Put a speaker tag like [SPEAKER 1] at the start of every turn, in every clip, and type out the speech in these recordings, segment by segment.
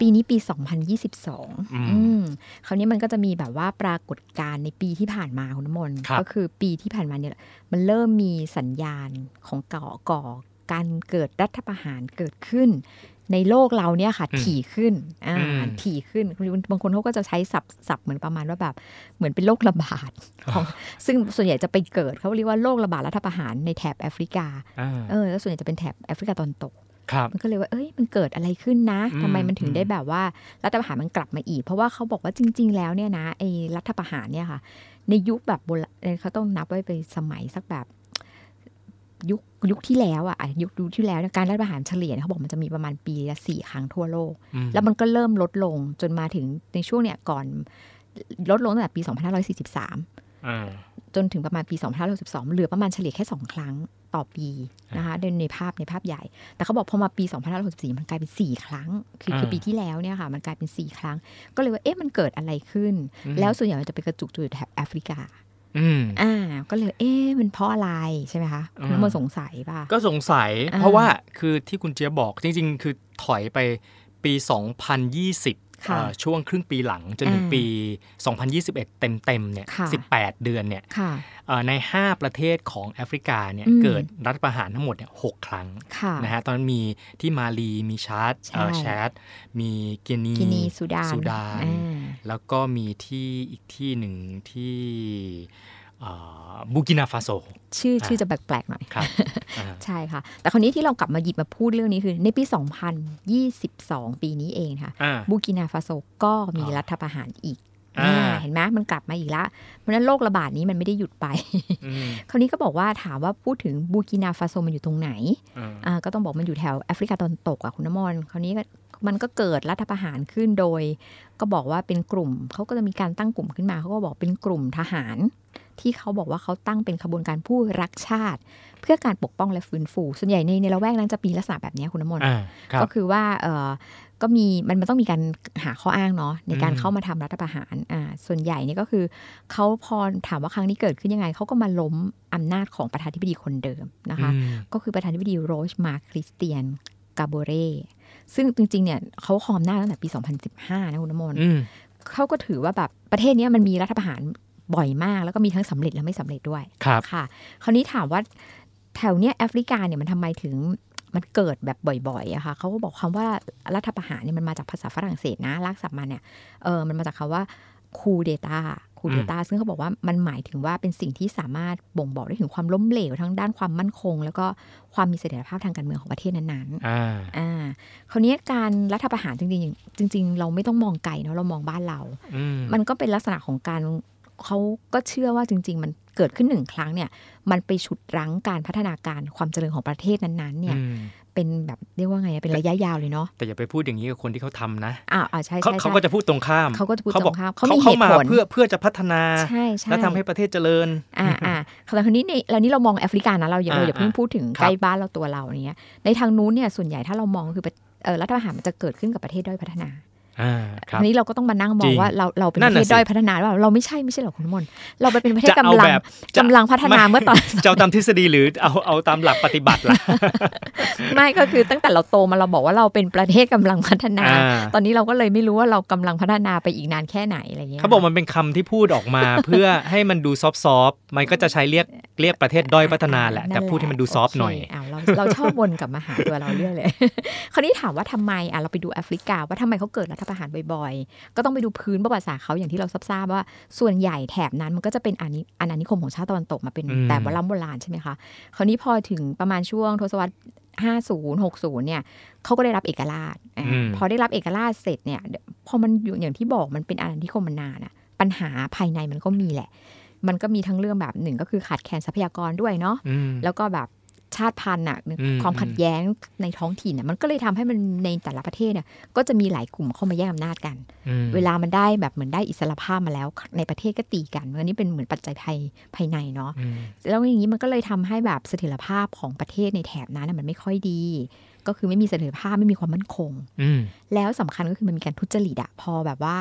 [SPEAKER 1] ปีนี้ปี 2022
[SPEAKER 2] อืม
[SPEAKER 1] อืมคราวนี้มันก็จะมีแบบว่าปรากฏการณ์ในปีที่ผ่านมาคุณน้ำมนต์
[SPEAKER 2] ครับ
[SPEAKER 1] ก็คือปีที่ผ่านมาเนี่ยแหละมันเริ่มมีสัญญาณของก่อก่อการเกิดรัฐประหารเกิดขึ้น ในโลกเราเนี่ยค่ะ
[SPEAKER 2] อืม
[SPEAKER 1] ถี่ขึ้นอ่า
[SPEAKER 2] อืม
[SPEAKER 1] ถี่ขึ้นบางคนเขาก็จะใช้ศัพท์ศัพท์เหมือนประมาณว่าแบบเหมือนเป็นโรคระบาดของซึ่งส่วนใหญ่จะไปเกิดเขาเรียกว่าโรคระบาดรัฐประหารในแถบแอฟริกา
[SPEAKER 2] อ่า
[SPEAKER 1] เออแล้วส่วนใหญ่จะเป็นแถบแอฟริกาตอนตก
[SPEAKER 2] ครับ
[SPEAKER 1] มันก็เลยว่า เอ้ย มันเกิดอะไรขึ้นนะ
[SPEAKER 2] อืม
[SPEAKER 1] ทำไมมันถึง
[SPEAKER 2] อืม
[SPEAKER 1] ได้แบบว่ารัฐประหารมันกลับมาอีก เพราะว่าเขาบอกว่าจริง ๆ แล้วเนี่ยนะ ไอ้รัฐประหารเนี่ยค่ะ ในยุคแบบโบราณเขาต้องนับไว้ไปสมัยสักแบบ ยุคยุคที่แล้วอะอ่ะยุคยุคที่แล้วเนี่ยการรัฐประหารเฉลี่ยเนี่ยเขาบอกมันจะมีประมาณปีละสี่ครั้งทั่วโลก
[SPEAKER 2] อืม
[SPEAKER 1] แล้วมันก็เริ่มลดลงจนมาถึงในช่วงเนี่ยก่อนลดลงตั้งแต่ปี 2543
[SPEAKER 2] อ่า
[SPEAKER 1] จนถึงประมาณปี 2562เหลือประมาณเฉลี่ยแค่ 2 ครั้งต่อปีนะคะในในภาพในภาพใหญ่ แต่เขาบอกพอมาปี 2564 มันกลายเป็น 4 ครั้ง คือคือ
[SPEAKER 2] อ่า
[SPEAKER 1] ปีที่แล้วเนี่ยค่ะมันกลายเป็น 4 ครั้ง ก็เลยว่าเอ๊ะมันเกิดอะไรขึ้น แล้วส่วนใหญ่มันจะไปกระจุกตัวอยู่แถบแอฟริกา
[SPEAKER 2] อืม
[SPEAKER 1] อ่าก็เลยเอ๊ะมันเพราะอะไรใช่ไหมคะคุณ
[SPEAKER 2] อ่า
[SPEAKER 1] น้ำมนต์สงสัยป่ะ
[SPEAKER 2] ก็สงสัย
[SPEAKER 1] อ่า
[SPEAKER 2] เพราะว่าคือที่คุณเจี๊ยบบอกจริง ๆ คือถอยไปปี 2020
[SPEAKER 1] ค่ะ
[SPEAKER 2] เอ่อช่วงครึ่งปีหลังจนถึง
[SPEAKER 1] อ่า
[SPEAKER 2] ปี 2021 เต็มๆเนี่ย
[SPEAKER 1] ค่ะ
[SPEAKER 2] 18 เดือนเนี่ย
[SPEAKER 1] ค่ะ
[SPEAKER 2] เอ่อใน 5 ประเทศของแอฟริกาเนี่ย
[SPEAKER 1] อืม
[SPEAKER 2] เกิดรัฐประหารทั้งหมดเนี่ยหกครั้ง
[SPEAKER 1] ค่ะ
[SPEAKER 2] นะฮะตอนนั้นมีที่มาลีมีชาร์ดเอ่อ
[SPEAKER 1] ใช่
[SPEAKER 2] แชดมีเกนี
[SPEAKER 1] กินีสุดาน
[SPEAKER 2] สุดาน
[SPEAKER 1] อ่า
[SPEAKER 2] แล้วก็มีที่อีกที่หนึ่งที่เอ่อบูกินาฟาโซ
[SPEAKER 1] ชื่อ
[SPEAKER 2] อ่า
[SPEAKER 1] ชื่อจะแปลกๆหน่อย
[SPEAKER 2] ครับ อ่า
[SPEAKER 1] ใช่ค่ะ แต่คราวนี้ที่เรากลับมาหยิบมาพูดเรื่องนี้คือในปี 2022 ปีนี้เองค่ะ
[SPEAKER 2] อ่า
[SPEAKER 1] บูกินาฟาโซก็มี
[SPEAKER 2] อ่ารั
[SPEAKER 1] รัฐประหารอีก
[SPEAKER 2] อ่า
[SPEAKER 1] อ่าเห็นไหมมันกลับมาอีกละเพราะฉะนั้นโรคระบาดนี้มันไม่ได้หยุดไป
[SPEAKER 2] อืม
[SPEAKER 1] คราวนี้ก็บอกว่าถามว่าพูดถึงบูกินาฟาโซมันอยู่ตรงไหน
[SPEAKER 2] อ่า
[SPEAKER 1] อ่าก็ต้องบอกมันอยู่แถวแอฟริกาตอนตกอ่ะคุณน้ำมนต์คราวนี้ก็มันก็เกิดรัฐประหารขึ้นโดย ก็บอกว่าเป็นกลุ่มเขาก็จะมีการตั้งกลุ่มขึ้นมาเขาก็บอกเป็นกลุ่มทหาร ที่เขาบอกว่าเขาตั้งเป็นขบวนการผู้รักชาติ เพื่อการปกป้องและฟื้นฟู ส่วนใหญ่ในในละแวกนั้นจะมีลักษณะแบบเนี้ยคุณน้ำมนต์
[SPEAKER 2] อ่า ครับ
[SPEAKER 1] ก็คือว่าเออก็มีมันมันต้องมีการหาข้ออ้างเนาะในการ
[SPEAKER 2] อืม
[SPEAKER 1] เข้ามาทำรัฐประหารอ่าส่วนใหญ่เนี่ยก็คือเขาพอถามว่าครั้งนี้เกิดขึ้นยังไง เขาก็มาล้มอำนาจของประธานาธิบดีคนเดิมนะคะ
[SPEAKER 2] อืม
[SPEAKER 1] ก็คือประธานาธิบดีโรชมาร์คคริสเตียนกาโบเร่ซึ่งจริงๆเนี่ยเขาครองหน้าจตั้งแต่ปี 2015 นะคุณน้ำมนต์
[SPEAKER 2] อืม
[SPEAKER 1] เขาก็ถือว่าแบบประเทศเนี้ยมันมีรัฐประหารบ่อยมาก แล้วก็มีทั้งสำเร็จและไม่สำเร็จด้วย
[SPEAKER 2] ครับ
[SPEAKER 1] ค่ะ คราวนี้ถามว่าแถวเนี้ยแอฟริกาเนี่ยมันทำไมถึงมันเกิดแบบบ่อยๆอะคะเขาก็บอกคำว่ารัฐประหารเนี่ยมันมาจากภาษาฝรั่งเศสนะลากศัพท์มาเนี่ยเออมันมาจากคำว่าคูเดตาคูเดตาซึ่งเขาบอกว่ามันหมายถึงว่าเป็นสิ่งที่สามารถบ่งบอกได้ถึงความล้มเหลวทั้งด้านความมั่นคง แล้วก็ความมีเสถียรภาพทางการเมืองของประเทศนั้นๆ
[SPEAKER 2] อ่า
[SPEAKER 1] อ่าคราวนี้การรัฐประหารจริงๆอย่างจริง ๆ เราไม่ต้องมองไกลเนาะเรามองบ้านเรา
[SPEAKER 2] อืม
[SPEAKER 1] มันก็เป็นลักษณะของการเขาก็เชื่อว่าจริง ๆ มันเกิดขึ้นหนึ่งครั้งเนี่ยมันไปฉุดรั้งการพัฒนาการความเจริญของประเทศนั้นๆเนี่ย
[SPEAKER 2] อืม
[SPEAKER 1] เป็นแบบเรียกว่าไงอะเป็นระยะยาวเลยเนาะ
[SPEAKER 2] แต่อย่าไปพูดอย่างนี้กับคนที่เขาทำนะ
[SPEAKER 1] อ้าวอ้าวใช่
[SPEAKER 2] เขา
[SPEAKER 1] ใช่
[SPEAKER 2] เขา
[SPEAKER 1] ใช่
[SPEAKER 2] ก็จะพูดตรงข้าม
[SPEAKER 1] เขาก็จะพูดต
[SPEAKER 2] บ
[SPEAKER 1] ร
[SPEAKER 2] อก
[SPEAKER 1] งข้ามเขา
[SPEAKER 2] เขา
[SPEAKER 1] มีเห
[SPEAKER 2] เขา
[SPEAKER 1] ตุ
[SPEAKER 2] มา
[SPEAKER 1] ผล
[SPEAKER 2] เพื่อเพื่อจะพัฒนา
[SPEAKER 1] ใช่ใช่
[SPEAKER 2] และทำให้ประเทศเจริญ
[SPEAKER 1] อ่าอ่าคราวนี้นี่เรานี่เรามองแอฟริกานะเราอย่าเราอย่า
[SPEAKER 2] อ่า
[SPEAKER 1] เพิ่งพูดถึง
[SPEAKER 2] ครับ
[SPEAKER 1] ใกล้บ้านเราตัวเราอย่างเนี้ยในทางนู้นเนี่ยส่วนใหญ่ถ้าเรามองคือประเอ่อรัฐประหารมันจะเกิดขึ้นกับประเทศด้อยพัฒนา
[SPEAKER 2] อ่า ครับ
[SPEAKER 1] อันนี้เราก็ต้องมานั่งมอ
[SPEAKER 2] จริ
[SPEAKER 1] ง
[SPEAKER 2] ง
[SPEAKER 1] ว่าเราเราเป็น
[SPEAKER 2] นั่
[SPEAKER 1] ป
[SPEAKER 2] น
[SPEAKER 1] ระ
[SPEAKER 2] น่ะ
[SPEAKER 1] เทศ
[SPEAKER 2] สิ
[SPEAKER 1] ด้อยพัฒนาหรือเปล่าเราไม่ใช่ไม่ใช่หรอกคุณมนต์เราไปเป็นประเทศ
[SPEAKER 2] จะเอา
[SPEAKER 1] กำลัง
[SPEAKER 2] แบบจะ
[SPEAKER 1] กำลังพัฒนาเมื่อ ตอน
[SPEAKER 2] เจ้าตามทฤษฎีหรือเอาเอาตามหลักปฏิบัติล่ะ
[SPEAKER 1] ไม่ก็คือตั้งแต่เราโตมาเราบอกว่าเราเป็นประเทศกำลังพัฒนา
[SPEAKER 2] อ่า
[SPEAKER 1] ตอนนี้เราก็เลยไม่รู้ว่าเรากำลังพัฒนาไปอีกนานแค่ไหนอะไรเงี้ย
[SPEAKER 2] เขาบอกมันเป็นคำที่พูดออกมา เพื่อให้มันดูซอฟต์ๆมันก็จะใช้เรียกเรียกประเทศด้อยพัฒนาแหละ แต่พูดให้มันดูซอฟต์หน่อย
[SPEAKER 1] โเคอ้าวเราเราชอบวนกลับมาหาตัวเราเรื่อยเลย คราวนี้ถามว่าทำไมอ่ะเราไปดูแอฟริกา ว่าทำไมเขาเกิดรัฐประหารบ่อยๆ ก็ต้องไปดูพื้นประวัติศาสตร์เขาอย่างที่เราทราบๆว่าส่วนใหญ่แถบนั้นมันก็จะเป็นอาณิอาณานิคมของชาติตะวันตกมาเป็น
[SPEAKER 2] อืม
[SPEAKER 1] แต่โบราณโบราณใช่ไหมคะ คราวนี้พอถึงประมาณช่วงทศวรรษ 50 60 เนี่ยเขาก็ได้รับเอกราชอ่ะ
[SPEAKER 2] อืม
[SPEAKER 1] พอได้รับเอกราชเสร็จเนี่ยเดี๋ยวพอมันอยู่อย่างที่บอกมันเป็นอาณานิคมมานานอะปัญหาภายในมันก็มีแหละ มันก็มีทั้งเรื่องแบบหนึ่งก็คือขาดแคลนทรัพยากรด้วยเนาะ
[SPEAKER 2] อืม
[SPEAKER 1] แล้วก็แบบ ชาติพันธุ์น่ะ
[SPEAKER 2] อืม
[SPEAKER 1] ความขัดแย้งในท้องถิ่นน่ะมันก็เลยทำให้มันในแต่ละประเทศเนี่ยก็จะมีหลายกลุ่มเข้ามาแย่งอำนาจกัน
[SPEAKER 2] อืม
[SPEAKER 1] เวลามันได้แบบเหมือนได้อิสรภาพมาแล้ว ในประเทศก็ตีกันอันนี้เป็นเหมือนปัจจัยภายภายในเนาะ
[SPEAKER 2] อืม
[SPEAKER 1] แล้วอย่างนี้มันก็เลยทำให้แบบเสถียรภาพของประเทศในแถบนั้นนะมันไม่ค่อยดี ก็คือไม่มีเสถียรภาพไม่มีความมั่นคง
[SPEAKER 2] อืม
[SPEAKER 1] แล้วสำคัญก็คือมันมีการทุจริตอะพอแบบว่า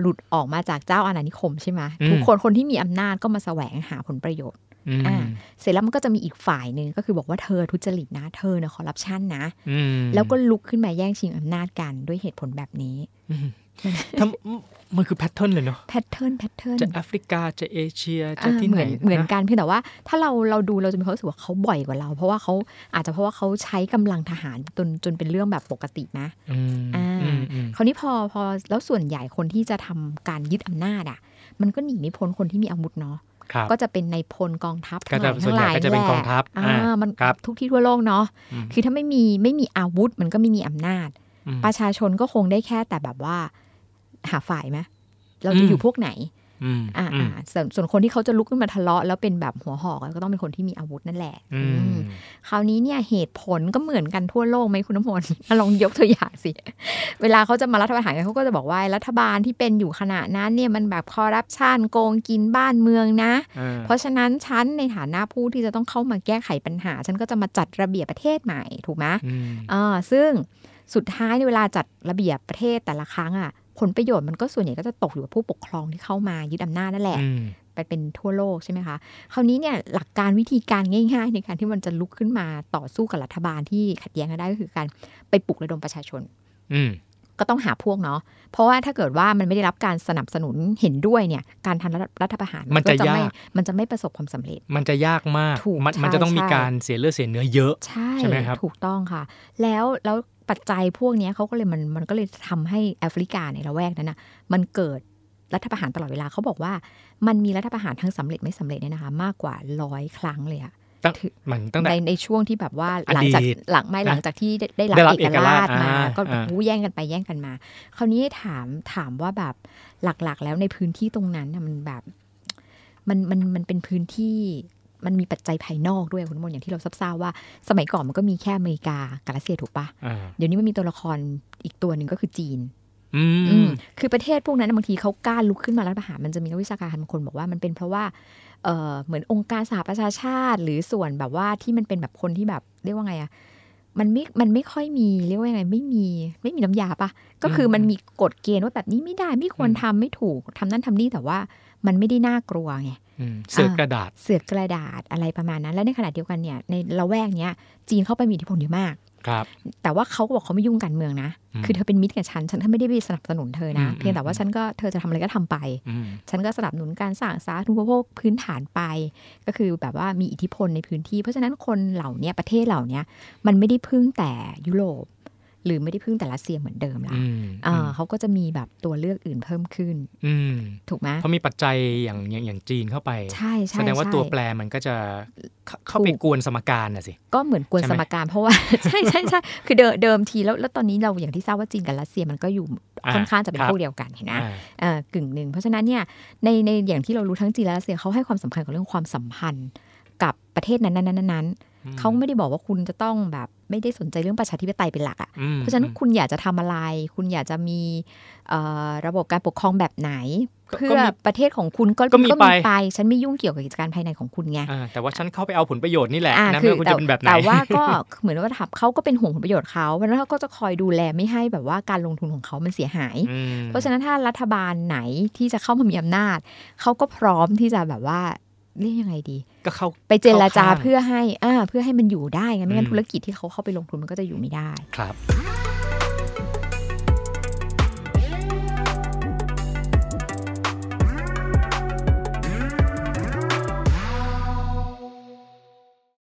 [SPEAKER 1] หลุดออกมาจากเจ้าอาณานิคมใช่ไหม
[SPEAKER 2] อืม
[SPEAKER 1] ทุกคนคนที่มีอำนาจก็มาแสวงหาผลประโยชน์
[SPEAKER 2] อืม
[SPEAKER 1] อ่า เสร็จแล้วมันก็จะมีอีกฝ่ายหนึ่งก็คือบอกว่าเธอทุจริตนะเธอเนี่ยคอร์รัปชันนะ
[SPEAKER 2] อืม
[SPEAKER 1] แล้วก็ลุกขึ้นมาแย่งชิงอำนาจกันด้วยเหตุผลแบบนี้
[SPEAKER 2] อืมทำมันคือแพทเทิร์นเลยเนาะ
[SPEAKER 1] แพทเทิร์นแพทเทิร์น
[SPEAKER 2] จะแอฟริกาจะเอเชียจะ
[SPEAKER 1] อ่า
[SPEAKER 2] ที่
[SPEAKER 1] เห
[SPEAKER 2] ไห
[SPEAKER 1] มื
[SPEAKER 2] น
[SPEAKER 1] อนเหมือนะ กันเพียงแต่ว่าถ้าเราเราดูเราจะมีความรู้สึกว่าเขาบ่อยกว่าเรา เพราะว่าเขาอาจจะเพราะว่าเขาใช้กำลังทหารจนจนเป็นเรื่องแบบปกตินะ
[SPEAKER 2] อืม
[SPEAKER 1] อ่า
[SPEAKER 2] อืมอืม
[SPEAKER 1] คราวนี้พอพอแล้วส่วนใหญ่คนที่จะทำการยึดอำนาจอ่ะ มันก็หนีไม่พ้นคนที่มีอาวุธเนาะ
[SPEAKER 2] ครับ
[SPEAKER 1] ก็จะเป็นในายพลกองทัพ
[SPEAKER 2] ก็จะ
[SPEAKER 1] ทั้งหลาย
[SPEAKER 2] ส่วนใหญ่ก็จะเป็นกองทัพ
[SPEAKER 1] แหละอ่า
[SPEAKER 2] อ่ามั
[SPEAKER 1] มัน
[SPEAKER 2] ครับ
[SPEAKER 1] ทุกที่ทั่วโลกเนาะ
[SPEAKER 2] อืม
[SPEAKER 1] คือถ้าไม่มีไม่มีอาวุธมันก็ไม่มีอำนาจ
[SPEAKER 2] อืม
[SPEAKER 1] ประชาชนก็คงได้แค่แต่แบบว่าหาฝ่ายไหมเราจะ
[SPEAKER 2] อืม
[SPEAKER 1] อยู่พวกไหน
[SPEAKER 2] อืม
[SPEAKER 1] อ่า
[SPEAKER 2] อืม
[SPEAKER 1] อ่าส่วนส่วนคนที่เขาจะลุกขึ้นมาทะเลาะแล้วเป็นแบบหัวหอกก็ต้องเป็นคนที่มีอาวุธนั่นแหละ
[SPEAKER 2] อื
[SPEAKER 1] อื
[SPEAKER 2] ม
[SPEAKER 1] มคราวนี้เนี่ยเหตุผลก็เหมือนกันทั่วโลกไหมคุณน้ำมนต์ ลองยกตัวอย่างสิ เวลาเขาจะมารัฐประหารกันเขาก็จะบอกว่ารัฐบาลที่เป็นอยู่ขณะนั้นเนี่ยมันแบบคอร์รัปชันโกงกินบ้านเมืองนะ
[SPEAKER 2] อ่า
[SPEAKER 1] เพราะฉะนั้นฉันในฐานะผู้ที่จะต้องเข้ามาแก้ไขปัญหา ฉันก็จะมาจัดระเบียบประเทศใหม่ถูกไหม
[SPEAKER 2] อืม
[SPEAKER 1] อ่าซึ่งสุดท้ายในเวลาจัดระเบียบประเทศแต่ละครั้งอ่ะผลประโยชน์มันก็ส่วนใหญ่ก็จะตกอยู่กับผู้ปกครองที่เข้ามายึดอำนาจนั่นแหละ
[SPEAKER 2] อืม
[SPEAKER 1] ไปเป็นทั่วโลกใช่ไหมคะ คราวนี้เนี่ยหลักการวิธีการง่าย ๆ ในการที่มันจะลุกขึ้นมาต่อสู้กับรัฐบาลที่ขัดแย้งกันได้ก็คือการไปปลุกระดมประชาชน
[SPEAKER 2] อืม
[SPEAKER 1] ก็ต้องหาพวกเนาะเพราะว่าถ้าเกิดว่ามันไม่ได้รับการสนับสนุนเห็นด้วยเนี่ยการทำรัฐประหารจะไม่มันจะไม่ประสบความสำเร็จ
[SPEAKER 2] มันจะยากมาก
[SPEAKER 1] ถูก
[SPEAKER 2] มัมัน
[SPEAKER 1] ใช่
[SPEAKER 2] จะต้องมี
[SPEAKER 1] ใช่
[SPEAKER 2] การเสียเลือดเสียเนื้อเยอะ
[SPEAKER 1] ใช่
[SPEAKER 2] ใช่ไหมครับ
[SPEAKER 1] ถูกต้องค่ะ แล้วแล้วปัจจัยพวกเนี้ยเขาก็เลยมันมันก็เลยทำให้แอฟริกาในละแวกนั้นนะมันเกิดรัฐประหารตลอดเวลาเขาบอกว่า มันมีรัฐประหารทั้งสำเร็จไม่สำเร็จเนี่ยนะคะ มากกว่าร้อยครั้งเลยอะ
[SPEAKER 2] ตั้งมันตั้งแต่
[SPEAKER 1] ในในช่วงที่แบบว่า
[SPEAKER 2] อดี
[SPEAKER 1] หลัง
[SPEAKER 2] ต
[SPEAKER 1] จากหลังไม่
[SPEAKER 2] นะ
[SPEAKER 1] หลังจากที่ได้ได้รับ
[SPEAKER 2] ได้รับ
[SPEAKER 1] เอกราช
[SPEAKER 2] เอกราช
[SPEAKER 1] มา
[SPEAKER 2] อ่า
[SPEAKER 1] ก็
[SPEAKER 2] อ่า
[SPEAKER 1] วู้แย่งกันไปแย่งกันมา คราวนี้ถามถามว่าแบบหลักๆ แล้วในพื้นที่ตรงนั้นน่ะมันแบบมันมันมันเป็นพื้นที่มันมีปัจจัยภายนอกด้วยคุณมนต์อย่างที่เราทราบๆว่า สมัยก่อนมันก็มีแค่อเมริกากับรัสเซียถูกปะ
[SPEAKER 2] อ่า
[SPEAKER 1] เดี๋ยวนี้มันมีตัวละครอีกตัวหนึ่งก็คือจีน
[SPEAKER 2] อื
[SPEAKER 1] อื
[SPEAKER 2] ม
[SPEAKER 1] มคือประเทศพวกนั้นนะบางทีเขากล้าลุกขึ้นมารัฐประหารมันจะมีนักวิชาการบางคนบอกว่ามันเป็นเพราะว่าเออเหมือนองค์การสหประชาชาติ หรือส่วนแบบว่าที่มันเป็นแบบคนที่แบบเรียกว่าไงอะมันไม่มันไม่ค่อยมีเรียกว่าไงไม่มีไม่มีน้ำยาปะก็คือมันมีกฎเกณฑ์ว่าแบบนี้ไม่ได้ไม่ควรทำไม่ถูกทำนั่นทำนี่แต่ว่ามันไม่ได้น่ากลัวไง
[SPEAKER 2] อืมเสือกกระดาษ
[SPEAKER 1] เสือกกระดาษอะไรประมาณนั้น และในขณะเดียวกันเนี่ยในละแวกเนี้ยจีนเข้าไปมีอิทธิพลเยอะมาก
[SPEAKER 2] ครับ
[SPEAKER 1] แต่ว่าเขาก็บอกเขาไม่ยุ่งการเมืองนะ
[SPEAKER 2] อืม
[SPEAKER 1] คือเธอเป็นมิตรกับฉัน ฉันก็ไม่ได้ไปสนับสนุนเธอนะ
[SPEAKER 2] อืม
[SPEAKER 1] เพียงแต่ว่าฉันก็เธอจะทำอะไรก็ทำไป
[SPEAKER 2] อืม
[SPEAKER 1] ฉันก็สนับสนุนการสร้างสาธารณูปโภคพื้นฐานไป ก็คือแบบว่ามีอิทธิพลในพื้นที่ เพราะฉะนั้นคนเหล่าเนี้ยประเทศเหล่าเนี้ยมันไม่ได้พึ่งแต่ยุโรป หรือไม่ได้พึ่งแต่รัสเซียเหมือนเดิมละ
[SPEAKER 2] อืม
[SPEAKER 1] เอ่อเขาก็จะมีแบบตัวเลือกอื่นเพิ่มขึ้น
[SPEAKER 2] อืม
[SPEAKER 1] ถูกไหม
[SPEAKER 2] เพราะมีปัจจัยอย่างอย่างอย่างจีนเข้าไป
[SPEAKER 1] ใช่ใช่
[SPEAKER 2] แสดงว่า
[SPEAKER 1] ใช่
[SPEAKER 2] ตัวแปรมันก็จะเข้าเข้าไป
[SPEAKER 1] ถูก
[SPEAKER 2] กวนสมการน่ะสิ
[SPEAKER 1] ก็เหมือนกวน
[SPEAKER 2] ใช่
[SPEAKER 1] ส
[SPEAKER 2] ไห
[SPEAKER 1] ม
[SPEAKER 2] ม
[SPEAKER 1] การเพราะว่า ใช่ใช่ใช่คือเดิมเดิมทีแล้วแล้วตอนนี้เราอย่างที่ทราบว่าจีนกับรัสเซียมันก็อยู่
[SPEAKER 2] อ่า
[SPEAKER 1] ค่อนข้างจะเป็น
[SPEAKER 2] ครับ
[SPEAKER 1] พวกเดียวกันเห็นไหม
[SPEAKER 2] อ่า
[SPEAKER 1] เอ่อกึ่งหนึ่งเพราะฉะนั้นเนี่ยในในอย่างที่เรารู้ทั้งจีนและรัสเซียเขาให้ความสำคัญกับเรื่องความสัมพันธ์ กับประเทศนั้นๆๆๆเขาไม่ได้บอกว่าคุณจะต้องแบบไม่ได้สนใจเรื่องประชาธิปไตยเป็นหลักอ่ะ
[SPEAKER 2] อืม
[SPEAKER 1] เพราะฉะนั้นคุณอยากจะทำอะไร คุณอยากจะมีเอ่อระบบการปกครองแบบไหน
[SPEAKER 2] ก็
[SPEAKER 1] เพื่
[SPEAKER 2] ก็
[SPEAKER 1] อ
[SPEAKER 2] มี
[SPEAKER 1] ประเทศของคุณก็
[SPEAKER 2] ก็มีไป
[SPEAKER 1] ไปฉันไม่ยุ่งเกี่ยวกับกิจการภายในของคุณไง
[SPEAKER 2] อ่าแต่ว่าฉันเข้าไปเอาผลประโยชน์นี่แหละ
[SPEAKER 1] อ่า
[SPEAKER 2] นะ
[SPEAKER 1] คื
[SPEAKER 2] ไม่ว่าคุณจะเป็นแบบไหน
[SPEAKER 1] แต่ว่าก็ เหมือนว่าทับเขาก็เป็นห่วงผลประโยชน์เขาเพราะฉะนั้นเขาก็จะคอยดูแลไม่ให้แบบว่าการลงทุนของเขามันเสียหาย
[SPEAKER 2] อืม
[SPEAKER 1] เพราะฉะนั้นถ้ารัฐบาลไหนที่จะเข้ามามีอำนาจเขาก็พร้อมที่จะแบบว่าเรียกยังไงดี
[SPEAKER 2] ก็เข้า
[SPEAKER 1] ไปเจรจา
[SPEAKER 2] เข้าข้าง
[SPEAKER 1] เพื่อให้อ่าเพื่อให้มันอยู่ได้ไงไม่งั้น
[SPEAKER 2] อืม
[SPEAKER 1] ธุรกิจที่เขาเข้าไปลงทุนมันก็จะอยู่ไม่ได้
[SPEAKER 2] ครับ